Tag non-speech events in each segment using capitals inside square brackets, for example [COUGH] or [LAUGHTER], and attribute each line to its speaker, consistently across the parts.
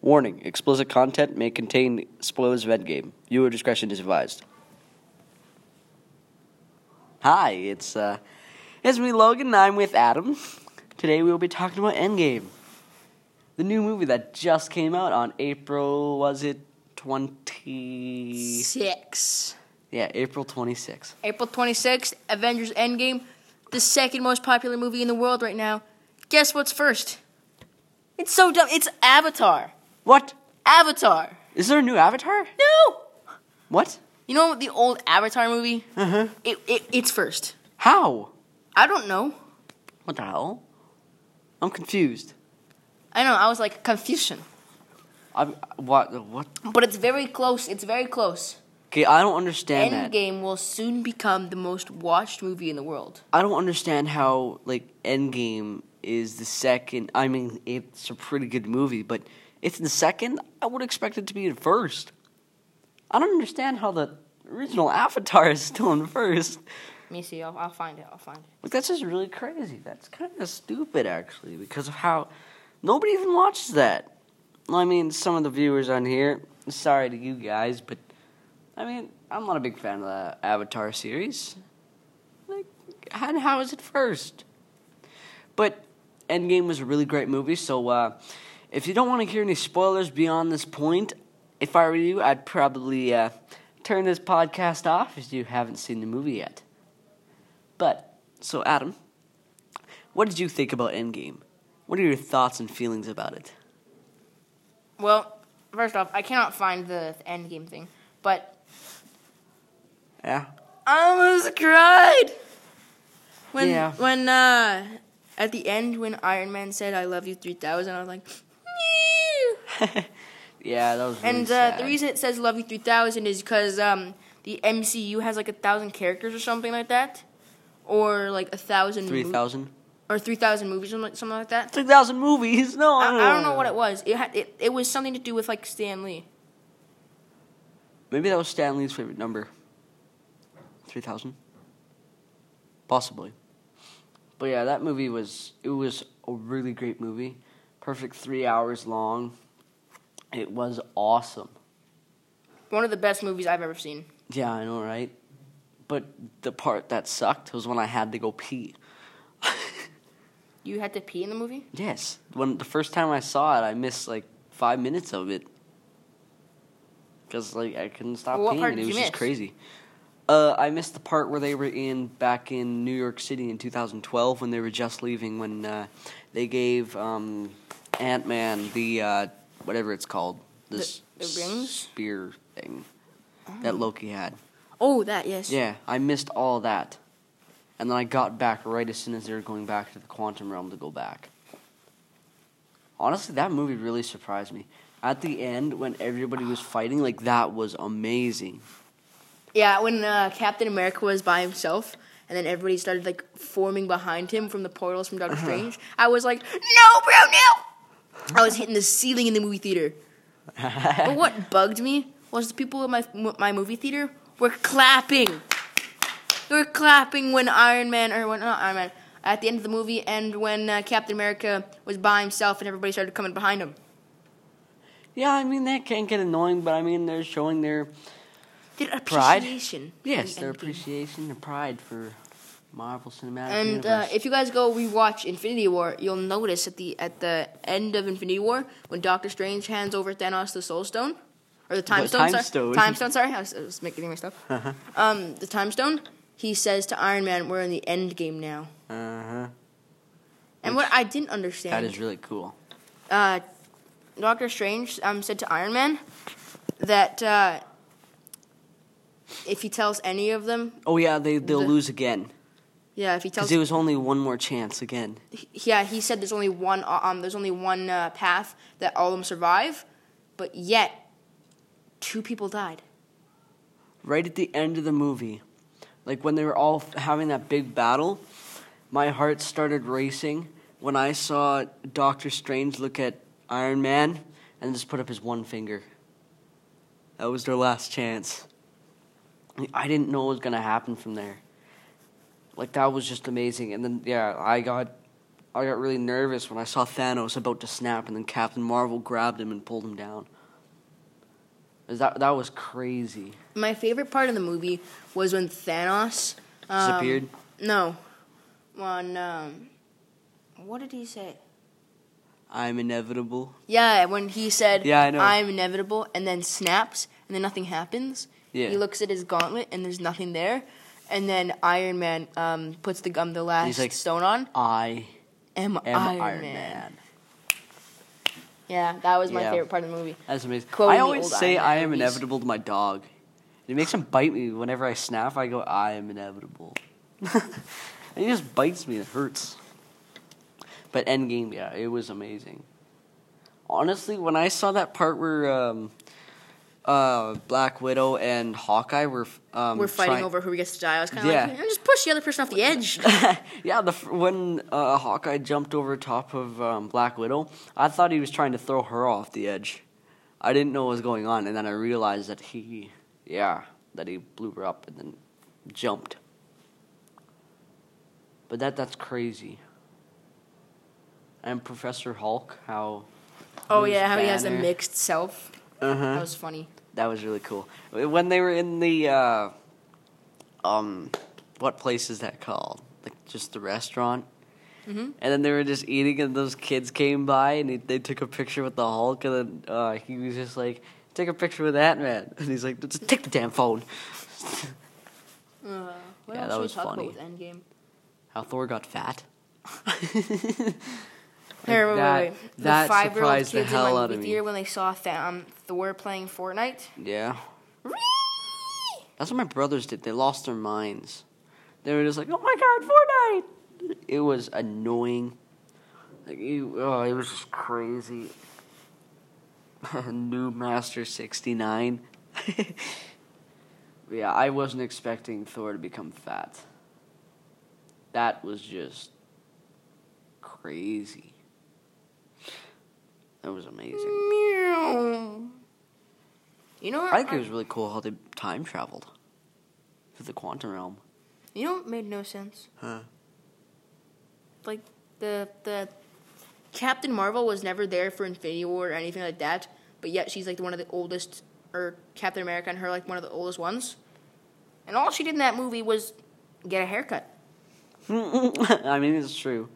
Speaker 1: Warning explicit content may contain spoilers of Endgame. Viewer discretion is advised. Hi, it's uh, it's me, Logan, and I'm with Adam. Today we will be talking about Endgame, the new movie that just came out on April, was it 20?
Speaker 2: Six.
Speaker 1: Yeah, April 26th.
Speaker 2: April 26th, Avengers Endgame, the second most popular movie in the world right now. Guess what's first? It's so dumb. It's Avatar.
Speaker 1: What?
Speaker 2: Avatar.
Speaker 1: Is there a new Avatar?
Speaker 2: No!
Speaker 1: What?
Speaker 2: You know the old Avatar movie? Uh-huh. It, it, it's first.
Speaker 1: How?
Speaker 2: I don't know.
Speaker 1: What the hell? I'm confused.
Speaker 2: I know, I was like, confusion.
Speaker 1: I what what?
Speaker 2: But it's very close. It's very close.
Speaker 1: Okay, I don't understand that.
Speaker 2: Endgame will soon become the most watched movie in the world.
Speaker 1: I don't understand how like Endgame is the second. I mean, it's a pretty good movie, but it's the second. I would expect it to be in first. I don't understand how the original Avatar is still in first.
Speaker 2: Let me see. I'll, I'll find it. I'll find it.
Speaker 1: Like that's just really crazy. That's kind of stupid actually because of how nobody even watches that. I mean, some of the viewers on here, sorry to you guys, but I mean, I'm not a big fan of the Avatar series. Like, and how is it first? But Endgame was a really great movie, so uh, if you don't want to hear any spoilers beyond this point, if I were you, I'd probably uh, turn this podcast off if you haven't seen the movie yet. But, so Adam, what did you think about Endgame? What are your thoughts and feelings about it?
Speaker 2: Well, first off, I cannot find the Endgame thing, but
Speaker 1: Yeah?
Speaker 2: I almost cried when
Speaker 1: Yeah.
Speaker 2: when uh at the end when Iron Man said "I love you 3000," I was like, "Meow."
Speaker 1: [LAUGHS] yeah, that was really
Speaker 2: and uh,
Speaker 1: sad.
Speaker 2: the reason it says "Love you 3000" is because um the MCU has like a thousand characters or something like that, or like a thousand
Speaker 1: three
Speaker 2: mov-
Speaker 1: thousand.
Speaker 2: or three thousand movies something like, something like that.
Speaker 1: Three thousand movies? No,
Speaker 2: I, I don't know what it was. It, had, it it was something to do with like Stan Lee.
Speaker 1: [LAUGHS] Maybe that was Stan Lee's favorite number. Three thousand, possibly. But yeah, that movie was it was a really great movie, perfect three hours long. It was awesome.
Speaker 2: One of the best movies I've ever seen.
Speaker 1: Yeah, I know, right? But the part that sucked was when I had to go pee. [LAUGHS]
Speaker 2: You had to pee in the movie?
Speaker 1: Yes, when the first time I saw it, I missed like five minutes of it because like I couldn't stop
Speaker 2: Well, what
Speaker 1: peeing.
Speaker 2: part
Speaker 1: and
Speaker 2: did
Speaker 1: it
Speaker 2: you
Speaker 1: was just
Speaker 2: miss?
Speaker 1: crazy. Uh, I missed the part where they were in back in New York City in 2012 when they were just leaving when uh, they gave um, Ant Man the uh, whatever it's called this
Speaker 2: the rings?
Speaker 1: spear thing that Loki had.
Speaker 2: Oh, that yes.
Speaker 1: Yeah, I missed all that. And then I got back right as soon as they were going back to the quantum realm to go back. Honestly, that movie really surprised me. At the end, when everybody was fighting, like that was amazing.
Speaker 2: Yeah, when uh, Captain America was by himself, and then everybody started like forming behind him from the portals from
Speaker 1: Uh-huh.
Speaker 2: Doctor Strange, I was like, "No, bro, no!" I was hitting the ceiling in the movie
Speaker 1: [LAUGHS]
Speaker 2: theater. but what bugged me was the people in my my movie theater were clapping. They were clapping when Iron Man or when not Iron Man at the end of the movie, and when uh, Captain America was by himself, and everybody started coming behind him.
Speaker 1: Yeah, I mean that can get annoying, but I mean they're showing their
Speaker 2: Their
Speaker 1: Pride?
Speaker 2: appreciation. for
Speaker 1: yes,
Speaker 2: the
Speaker 1: their
Speaker 2: Endgame.
Speaker 1: appreciation, their pride for Marvel Cinematic
Speaker 2: And uh,
Speaker 1: Universe.
Speaker 2: if you guys go rewatch Infinity War, you'll notice at the at the end of Infinity War when Doctor Strange hands over Thanos the Soul Stone, or the Time
Speaker 1: The
Speaker 2: Stone.
Speaker 1: Time
Speaker 2: sorry,
Speaker 1: Stone. Uh-huh.
Speaker 2: Time Stone. Sorry, I was, I was making myself.
Speaker 1: [LAUGHS]
Speaker 2: Um, the Time Stone. He says to Iron Man, "We're in the End Game now."
Speaker 1: uh huh.
Speaker 2: And what I didn't understand,
Speaker 1: That is really cool.
Speaker 2: uh, Doctor Strange um, said to Iron Man that uh, if he tells any of them,
Speaker 1: Oh yeah, they they'll
Speaker 2: The-
Speaker 1: lose again
Speaker 2: yeah, if he tells
Speaker 1: because it was only one more chance again.
Speaker 2: yeah, he said there's only one uh, um there's only one uh, path that all of them survive, but yet two people died.
Speaker 1: right at the end of the movie, like when they were all f- having that big battle, my heart started racing when I saw Doctor Strange look at Iron Man and just put up his one finger. That was their last chance. I- I didn't know what was going to happen from there. Like, that was just amazing. And then, yeah, I got I got really nervous when I saw Thanos about to snap, and then Captain Marvel grabbed him and pulled him down. 'Cause That that was crazy.
Speaker 2: My favorite part of the movie was when Thanos um,
Speaker 1: Disappeared.
Speaker 2: No, when um, what did he say?
Speaker 1: I'm inevitable.
Speaker 2: Yeah, when he said,
Speaker 1: Yeah, I know.
Speaker 2: am inevitable," and then snaps, and then nothing happens.
Speaker 1: Yeah.
Speaker 2: He looks at his gauntlet, and there's nothing there. And then Iron Man um, puts the gum, the last
Speaker 1: like,
Speaker 2: stone on.
Speaker 1: I
Speaker 2: Am
Speaker 1: am
Speaker 2: Iron, Man. Yeah, that was my
Speaker 1: Yeah.
Speaker 2: favorite part of the movie.
Speaker 1: That's amazing.
Speaker 2: Quoting
Speaker 1: I
Speaker 2: the
Speaker 1: always
Speaker 2: old
Speaker 1: say
Speaker 2: Iron
Speaker 1: I
Speaker 2: Man
Speaker 1: am
Speaker 2: movies.
Speaker 1: inevitable to my dog. It makes him bite me whenever I snap. I go, I am
Speaker 2: [LAUGHS]
Speaker 1: inevitable. and he just bites me. It hurts. But Endgame, yeah, it was amazing. Honestly, when I saw that part where um, uh, Black Widow and Hawkeye were f- um,
Speaker 2: We're fighting
Speaker 1: trying-
Speaker 2: over who gets to die. I was kind of
Speaker 1: Yeah.
Speaker 2: like, "Eh, just push the other person off the edge.
Speaker 1: [LAUGHS] yeah, the f- when uh, Hawkeye jumped over top of um, Black Widow, I thought he was trying to throw her off the edge. I didn't know what was going on, and then I realized that he, yeah, that he blew her up and then jumped. But that that's crazy. And Professor Hulk, how?
Speaker 2: oh
Speaker 1: Bruce
Speaker 2: yeah, how he has a
Speaker 1: Banner-
Speaker 2: mixed self.
Speaker 1: Uh-huh.
Speaker 2: That was funny.
Speaker 1: That was really cool. When they were in the, uh, um, what place is that called? Like just the restaurant. Mm-hmm. And then they were just eating, and those kids came by, and he, they took a picture with the Hulk, and then uh, he was just like, "Take a picture with that man," [LAUGHS] and he's like, "Just "Take the damn phone."
Speaker 2: Uh,
Speaker 1: Yeah,
Speaker 2: what else
Speaker 1: that
Speaker 2: should we
Speaker 1: was
Speaker 2: talk
Speaker 1: funny.
Speaker 2: about with Endgame?
Speaker 1: How Thor got fat. [LAUGHS]
Speaker 2: Here, wait,
Speaker 1: that-
Speaker 2: wait, wait.
Speaker 1: that
Speaker 2: the five-year-old
Speaker 1: surprised
Speaker 2: kids
Speaker 1: the hell
Speaker 2: in my
Speaker 1: out of
Speaker 2: movie
Speaker 1: me.
Speaker 2: theater when they saw Th- um, Thor
Speaker 1: [LAUGHS]
Speaker 2: playing [LAUGHS] Fortnite.
Speaker 1: Yeah. That's what my brothers did. They lost their minds. They were just like, "Oh my god, Fortnite!" It was annoying. Like, you, oh, it was just crazy. [LAUGHS] New Master sixty nine. yeah, I wasn't expecting Thor to become fat. That was just crazy. That was amazing.
Speaker 2: Meow. You know what?
Speaker 1: I think it was really cool how they time traveled through the quantum realm.
Speaker 2: You know what made no sense?
Speaker 1: Huh.
Speaker 2: Like the the Captain Marvel was never there for Infinity War or anything like that, but yet she's like one of the oldest, or Captain America and her like one of the oldest ones. And all she did in that movie was get a haircut.
Speaker 1: [LAUGHS] I mean, it's true.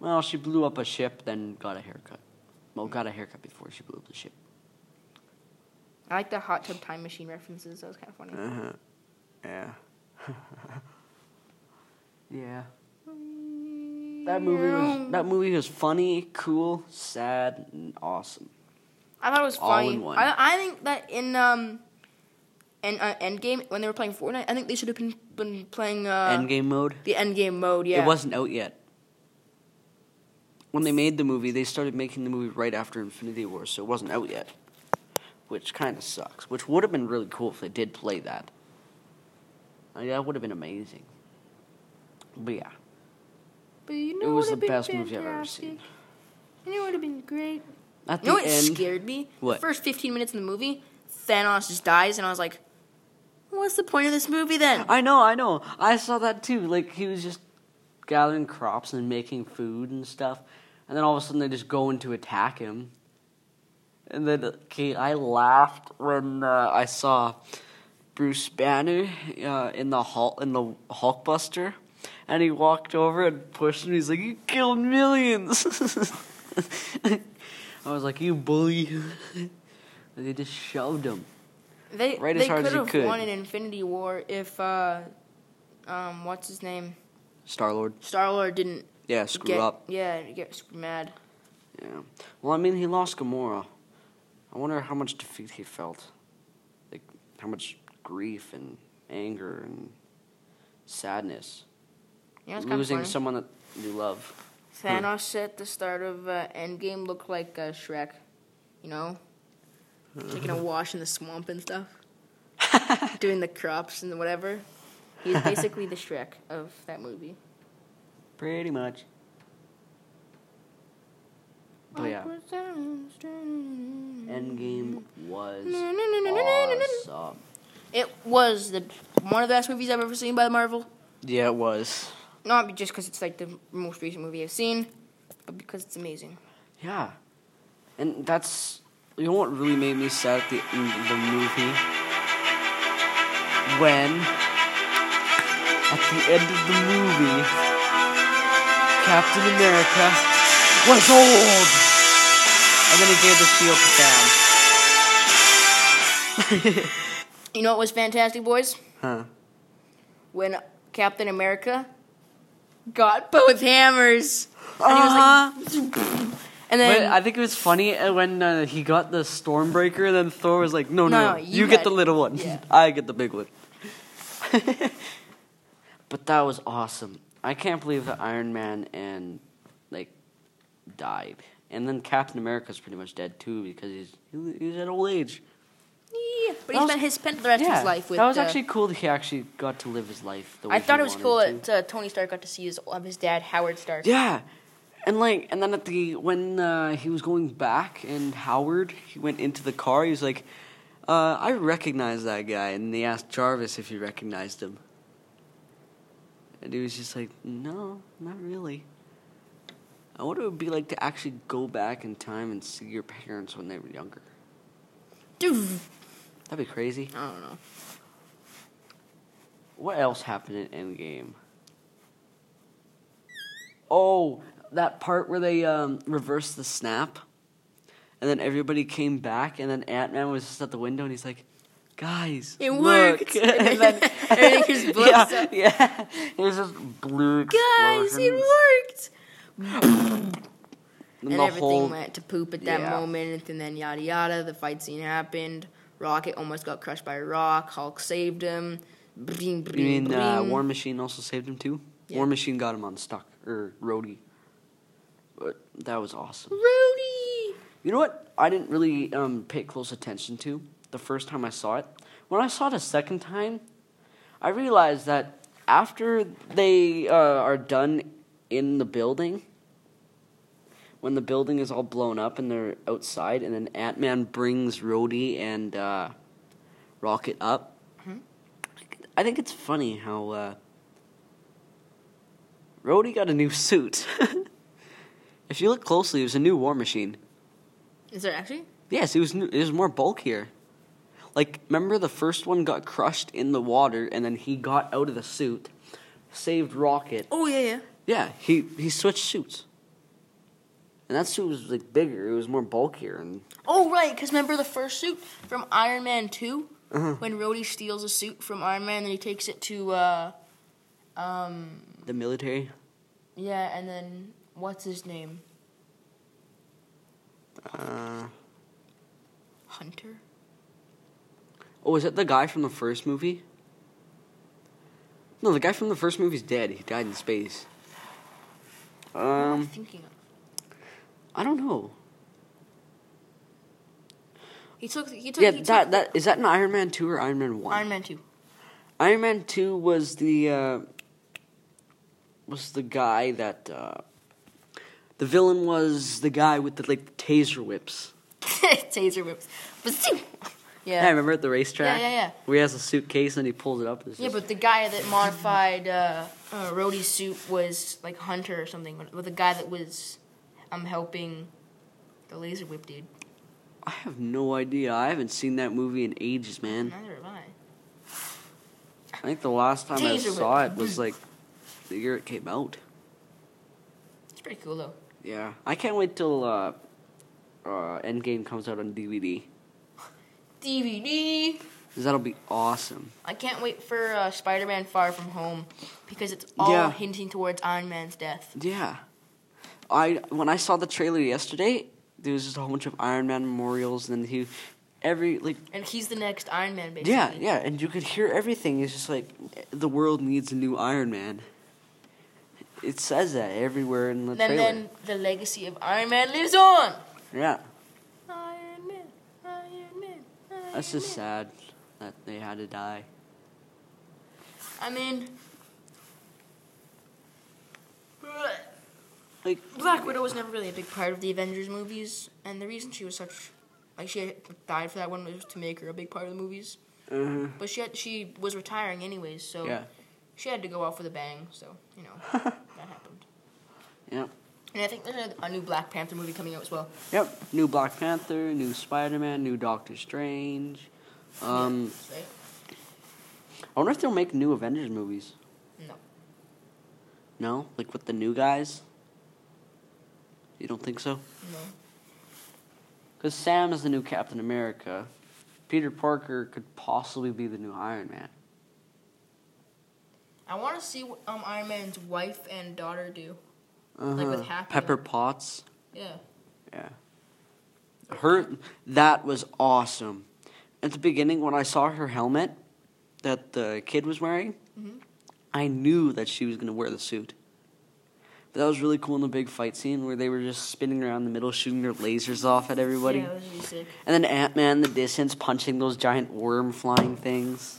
Speaker 1: Well, she blew up a ship, then got a haircut. Well, got a haircut before she blew up the ship.
Speaker 2: I like the hot tub time machine references. That was kind of funny.
Speaker 1: Uh-huh. Yeah. [LAUGHS] yeah. That movie was that movie was funny, cool, sad, and awesome.
Speaker 2: I thought it was
Speaker 1: All
Speaker 2: funny.
Speaker 1: in one.
Speaker 2: I, I think that in um, in uh, Endgame when they were playing Fortnite, I think they should have been been playing uh,
Speaker 1: Endgame mode.
Speaker 2: the Endgame mode. Yeah,
Speaker 1: It wasn't out yet. When they made the movie, they started making the movie right after Infinity War, so it wasn't out yet. Which kind of sucks. Which would have been really cool if they did play that. Like, that would have been amazing. But yeah,
Speaker 2: But you
Speaker 1: it
Speaker 2: know
Speaker 1: was the
Speaker 2: what would've
Speaker 1: best
Speaker 2: been
Speaker 1: movie I've ever
Speaker 2: fantastic?
Speaker 1: seen.
Speaker 2: You know, it would have been great.
Speaker 1: At
Speaker 2: You know
Speaker 1: the
Speaker 2: what
Speaker 1: end,
Speaker 2: scared me?
Speaker 1: What?
Speaker 2: The first 15 minutes in the movie, Thanos just dies, and I was like, what's the point of this movie then?
Speaker 1: I know, I know. I saw that too. Like he was just gathering crops and making food and stuff, and then all of a sudden they just go in to attack him. And then okay, I laughed when uh, I saw Bruce Banner uh, in the Hulk in the Hulkbuster, and he walked over and pushed him. He's like, "You killed millions. [LAUGHS] I was like, "You bully!" [LAUGHS] And they just shoved him.
Speaker 2: They,
Speaker 1: Right as
Speaker 2: they
Speaker 1: hard as you
Speaker 2: could've
Speaker 1: could.
Speaker 2: won an Infinity War if, uh, um, what's his name?
Speaker 1: Star Lord,
Speaker 2: Star Lord didn't
Speaker 1: yeah, screw
Speaker 2: get,
Speaker 1: up.
Speaker 2: yeah, get super mad.
Speaker 1: Yeah. Well, I mean, he lost Gamora. I wonder how much defeat he felt. Like, how much grief and anger and sadness.
Speaker 2: You know, it's kind of
Speaker 1: Losing Hmm.
Speaker 2: funny.
Speaker 1: someone that you love.
Speaker 2: Thanos at the start of uh, Endgame looked like uh, Shrek, you know,
Speaker 1: Hmm.
Speaker 2: taking a wash in the swamp and
Speaker 1: [LAUGHS]
Speaker 2: stuff, doing the crops and whatever. He's basically the Shrek of that movie.
Speaker 1: Pretty much. But yeah, Endgame was awesome.
Speaker 2: It was the one of the best movies I've ever seen by Marvel.
Speaker 1: Yeah, it was.
Speaker 2: Not just because it's like the most recent movie I've seen, but because it's amazing.
Speaker 1: Yeah. And that's you know what really made me sad at the end of the movie? When at the end of the movie Captain America was old and then he gave the shield to Sam.
Speaker 2: You know what was fantastic, boys?
Speaker 1: [LAUGHS] Huh.
Speaker 2: When Captain America got both hammers. And, he was like,
Speaker 1: Uh-huh. But
Speaker 2: and then
Speaker 1: I think it was funny uh, when uh, he got the Stormbreaker, and then Thor was like, "No, no, no,
Speaker 2: No, no,
Speaker 1: you,
Speaker 2: you
Speaker 1: get
Speaker 2: got
Speaker 1: the
Speaker 2: it."
Speaker 1: little one.
Speaker 2: Yeah.
Speaker 1: [LAUGHS] I get the big one." but that was awesome. I can't believe that Iron Man and like died, and then Captain America's pretty much dead too because he's he- he's at old age.
Speaker 2: Yeah, but
Speaker 1: That
Speaker 2: he
Speaker 1: was-
Speaker 2: spent his spent the rest of his life with.
Speaker 1: that was
Speaker 2: uh,
Speaker 1: actually cool that he actually got to live his life. The way
Speaker 2: I thought
Speaker 1: he
Speaker 2: it was cool
Speaker 1: wanted to.
Speaker 2: that uh, Tony Stark got to see his uh, his dad Howard Stark.
Speaker 1: Yeah, and like, and then at the when uh, he was going back, and Howard he went into the car. He was like, uh, "I recognize that guy," and they asked Jarvis if he recognized him, and he was just like, "No, not really." I wonder what it would be like to actually go back in time and see your parents when they were younger.
Speaker 2: Dude,
Speaker 1: That'd be crazy.
Speaker 2: I don't know.
Speaker 1: What else happened in Endgame? Oh, that part where they um, reversed the snap, and then everybody came back, and then Ant Man was just at the window, and he's like, "Guys,
Speaker 2: It
Speaker 1: look."
Speaker 2: worked.
Speaker 1: and then [LAUGHS]
Speaker 2: And then he just blows
Speaker 1: yeah,
Speaker 2: up.
Speaker 1: yeah, it was just blue.
Speaker 2: Guys, it
Speaker 1: explosions.
Speaker 2: worked.
Speaker 1: And
Speaker 2: and
Speaker 1: the
Speaker 2: everything
Speaker 1: whole-
Speaker 2: went to poop at that
Speaker 1: yeah.
Speaker 2: moment, and then yada yada. The fight scene happened. Rocket almost got crushed by a rock. Hulk saved him. Bring, bring,
Speaker 1: You mean uh,
Speaker 2: bring.
Speaker 1: War Machine also saved him too? War
Speaker 2: Yeah.
Speaker 1: Machine got him on stock or roadie. But that was awesome.
Speaker 2: Rudy.
Speaker 1: You know what? I didn't really um, pay close attention to the first time I saw it. When I saw it a second time, I realized that after they uh, are done in the building, when the building is all blown up and they're outside, and then Ant Man brings Rhodey and uh, Rocket up. I think it's funny how uh, Rhodey got a new suit. [LAUGHS] if you look closely, it was a new War Machine.
Speaker 2: Is there actually?
Speaker 1: Yes, it was n- it was more bulkier. Like remember the first one got crushed in the water and then he got out of the suit, saved Rocket.
Speaker 2: Oh yeah, yeah.
Speaker 1: Yeah, he he switched suits. And that suit was like bigger, it was more bulkier and
Speaker 2: Oh right, because remember the first suit from Iron Man 2
Speaker 1: Uh-huh.
Speaker 2: when Rhodey steals a suit from Iron Man, and he takes it to uh, um,
Speaker 1: the military.
Speaker 2: yeah, and then what's his name?
Speaker 1: Uh,
Speaker 2: Hunter.
Speaker 1: oh, was that the guy from the first movie? No, the guy from the first movie's dead. He died in space. Um,
Speaker 2: I'm thinking of.
Speaker 1: I don't know.
Speaker 2: He took. He took.
Speaker 1: Yeah,
Speaker 2: he took
Speaker 1: that that is that an Iron Man two or Iron Man one?
Speaker 2: Iron Man Two. [LAUGHS]
Speaker 1: Iron Man Two was the uh, was the guy that uh, the villain was the guy with the like taser whips.
Speaker 2: Taser whips. Bazoo!
Speaker 1: I
Speaker 2: Yeah.
Speaker 1: remember at the racetrack.
Speaker 2: Yeah, yeah, yeah.
Speaker 1: Where he has a suitcase and he pulls it up. It's
Speaker 2: Yeah,
Speaker 1: just-
Speaker 2: but the guy that modified uh, uh, Rhodey's suit was like Hunter or something, but the guy that was um, helping the laser whip dude.
Speaker 1: I have no idea. I haven't seen that movie in ages, man.
Speaker 2: Neither have I.
Speaker 1: I think the last time I
Speaker 2: Taser whip.
Speaker 1: saw it was like the year it came out.
Speaker 2: It's pretty cool though.
Speaker 1: Yeah, I can't wait till uh, uh, Endgame comes out on DVD.
Speaker 2: DVD.
Speaker 1: 'Cause That'll be awesome.
Speaker 2: I can't wait for uh, Spider-Man: Far From Home because it's all
Speaker 1: Yeah.
Speaker 2: hinting towards Iron Man's death.
Speaker 1: Yeah. I when I saw the trailer yesterday, there was just a whole bunch of Iron Man memorials and he every like
Speaker 2: And he's the next Iron Man, basically.
Speaker 1: yeah, yeah, and you could hear everything. It's just like the world needs a new Iron Man. It says that everywhere in the
Speaker 2: And then,
Speaker 1: trailer.
Speaker 2: then the legacy of Iron Man lives on.
Speaker 1: yeah.
Speaker 2: Iron Man, Iron Man, Iron
Speaker 1: That's just
Speaker 2: Man.
Speaker 1: sad that they had to die.
Speaker 2: I mean,
Speaker 1: Like
Speaker 2: Black Widow was never really a big part of the Avengers movies, and the reason she was such like she had died for that one was to make her a big part of the movies.
Speaker 1: uh,
Speaker 2: But she had, she was retiring anyways, so
Speaker 1: yeah.
Speaker 2: she had to go out with a bang, so you
Speaker 1: [LAUGHS]
Speaker 2: know that happened.
Speaker 1: Yep.
Speaker 2: And I think there's a, a new Black Panther movie coming out as well.
Speaker 1: Yep. New Black Panther, new Spider Man, new Doctor Strange. Um,
Speaker 2: Right?
Speaker 1: I wonder if they'll make new Avengers movies.
Speaker 2: No.
Speaker 1: No? Like with the new guys? You don't think so?
Speaker 2: No.
Speaker 1: Because Sam is the new Captain America. Peter Parker could possibly be the new Iron Man.
Speaker 2: I want to see what um, Iron Man's wife and daughter do.
Speaker 1: uh
Speaker 2: with Happy
Speaker 1: Pepper
Speaker 2: Hour.
Speaker 1: Potts.
Speaker 2: Yeah.
Speaker 1: Yeah. Her that was awesome. At the beginning when I saw her helmet that the kid was wearing,
Speaker 2: Mm-hmm.
Speaker 1: I knew that she was going to wear the suit. But that was really cool in the big fight scene where they were just spinning around the middle shooting their lasers off at everybody.
Speaker 2: Yeah, that was really sick.
Speaker 1: And then Ant-Man in the distance punching those giant worm flying things.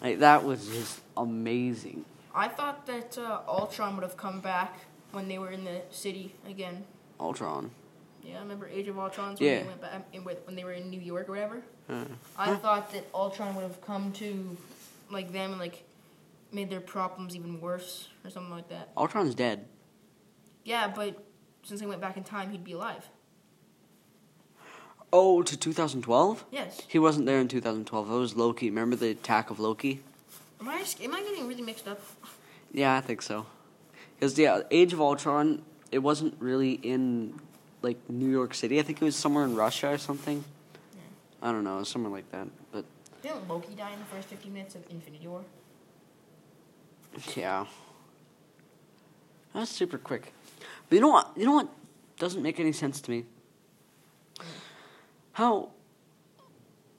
Speaker 1: Like that was just amazing.
Speaker 2: I thought that uh, Ultron would have come back when they were in the city again.
Speaker 1: Ultron.
Speaker 2: Yeah, I remember Age of Ultron's when,
Speaker 1: Yeah.
Speaker 2: they, went back, in- when they were in New York or whatever.
Speaker 1: Uh,
Speaker 2: I thought that Ultron would have come to like them and like made their problems even worse or something like that.
Speaker 1: Ultron's dead.
Speaker 2: Yeah, but since they went back in time, he'd be alive.
Speaker 1: Oh, to 2012?
Speaker 2: Yes.
Speaker 1: He wasn't there in 2012. That was Loki. Remember the attack of Loki?
Speaker 2: Am I just- am I getting really mixed up?
Speaker 1: Yeah, I think so. Because yeah, Age of Ultron, it wasn't really in like New York City. I think it was somewhere in Russia or something. I don't know, it was somewhere like that. But
Speaker 2: Didn't Loki die in the first 50 minutes of Infinity War?
Speaker 1: yeah, that was super quick. But you know what? You know what doesn't make any sense to me? How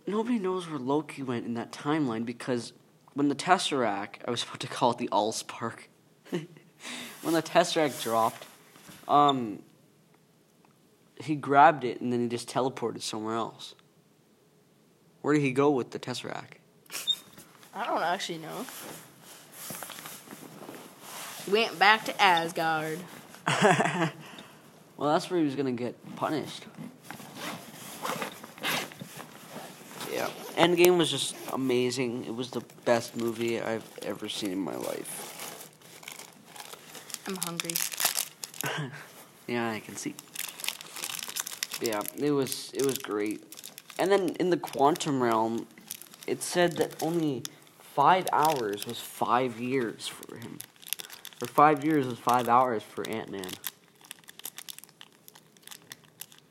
Speaker 1: nobody knows where Loki went in that timeline because when the Tesseract, I was [LAUGHS] about to call it the Allspark, [LAUGHS] when the Tesseract dropped, um, he grabbed it and then he just teleported somewhere else. Where did he go with the Tesseract?
Speaker 2: I don't actually know. Went back to Asgard.
Speaker 1: Well, that's where he was gonna get punished. Yeah, Endgame was just amazing. It was the best movie I've ever seen in my life.
Speaker 2: I'm hungry.
Speaker 1: Yeah, I can see. Yeah, it was it was great. And then in the quantum realm, it said that only five hours was five years for him, or five years was five hours for Ant Man.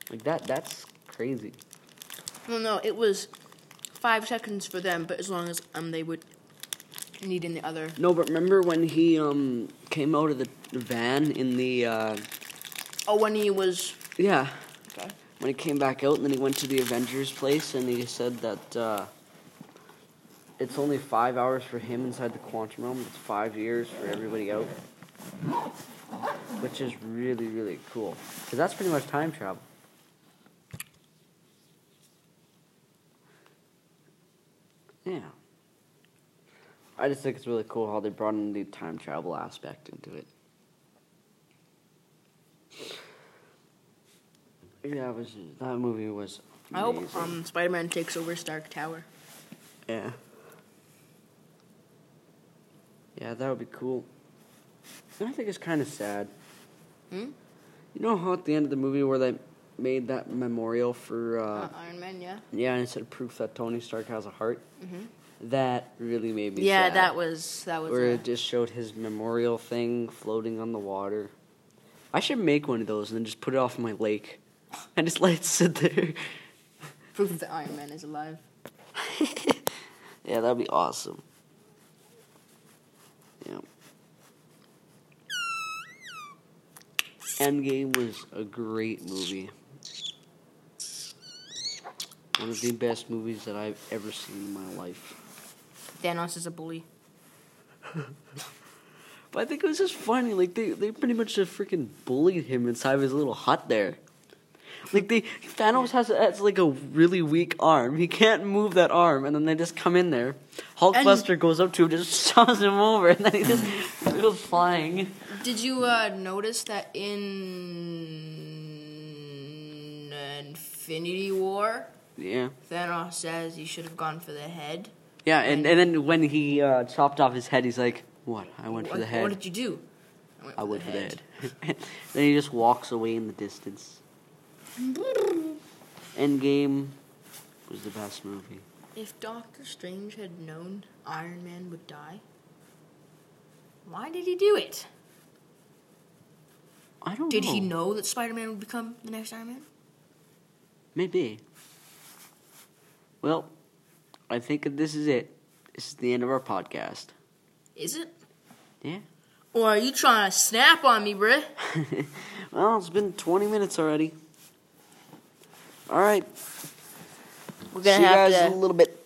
Speaker 1: Like that, that's crazy.
Speaker 2: Well, no, it was five seconds for them, but as long as um they would need in the other.
Speaker 1: No, but remember when he um came out of the van in the uh
Speaker 2: Oh, when he was
Speaker 1: yeah
Speaker 2: okay.
Speaker 1: when he came back out and then he went to the Avengers place and he said that uh it's only five hours for him inside the quantum realm. It's five years for everybody out, which is really really cool because that's pretty much time travel. Yeah. I just think it's really cool how they brought in the time travel aspect into it. Yeah, it was that movie was.
Speaker 2: I
Speaker 1: Amazing.
Speaker 2: hope um Spider-Man takes over Stark Tower.
Speaker 1: Yeah. Yeah, that would be cool. And I think it's kind of sad.
Speaker 2: Hmm?
Speaker 1: You know how at the end of the movie where they made that memorial for. Uh,
Speaker 2: Uh, Iron Man, yeah.
Speaker 1: yeah, and it said proof that Tony Stark has a heart? That really made me
Speaker 2: Mm-hmm. Yeah,
Speaker 1: sad.
Speaker 2: that was that was.
Speaker 1: Where
Speaker 2: Uh,
Speaker 1: it just showed his memorial thing floating on the water. I should make one of those and then just put it off my lake [LAUGHS] and just let it sit there.
Speaker 2: proof that Iron Man is alive.
Speaker 1: Yeah, that'd be awesome. Yeah. Endgame was a great movie. One of the best movies that I've ever seen in my life.
Speaker 2: [LAUGHS] Thanos is a bully.
Speaker 1: But I think it was just funny. Like they, they pretty much just freaking bullied him inside of his little hut there. Like they Thanos has, has like a really weak arm. He can't move that arm, and then they just come in there. Hulkbuster goes up to him, just [LAUGHS] shoves him over, and then he just [LAUGHS] goes flying.
Speaker 2: Did you uh, notice that in Infinity War,
Speaker 1: Yeah.
Speaker 2: Thanos says he should have gone for the head,
Speaker 1: Yeah, and, and then when he uh, chopped off his head, he's like, "What? I went for
Speaker 2: What-
Speaker 1: the head.
Speaker 2: What did you do? went
Speaker 1: I went for the head." [LAUGHS] then he just walks away in the distance.
Speaker 2: [LAUGHS]
Speaker 1: Endgame was the best movie.
Speaker 2: If Doctor Strange had known Iron Man would die, why did he do it?
Speaker 1: I don't.
Speaker 2: Did
Speaker 1: know.
Speaker 2: he know that Spider Man would become the next Iron Man?
Speaker 1: Maybe. Well, I think this is it. This is the end of our podcast. [LAUGHS]
Speaker 2: Is it?
Speaker 1: Yeah.
Speaker 2: Or are you trying to snap on me, bruh?
Speaker 1: well, it's been 20 minutes already. All right.
Speaker 2: We're
Speaker 1: See you guys in a little bit.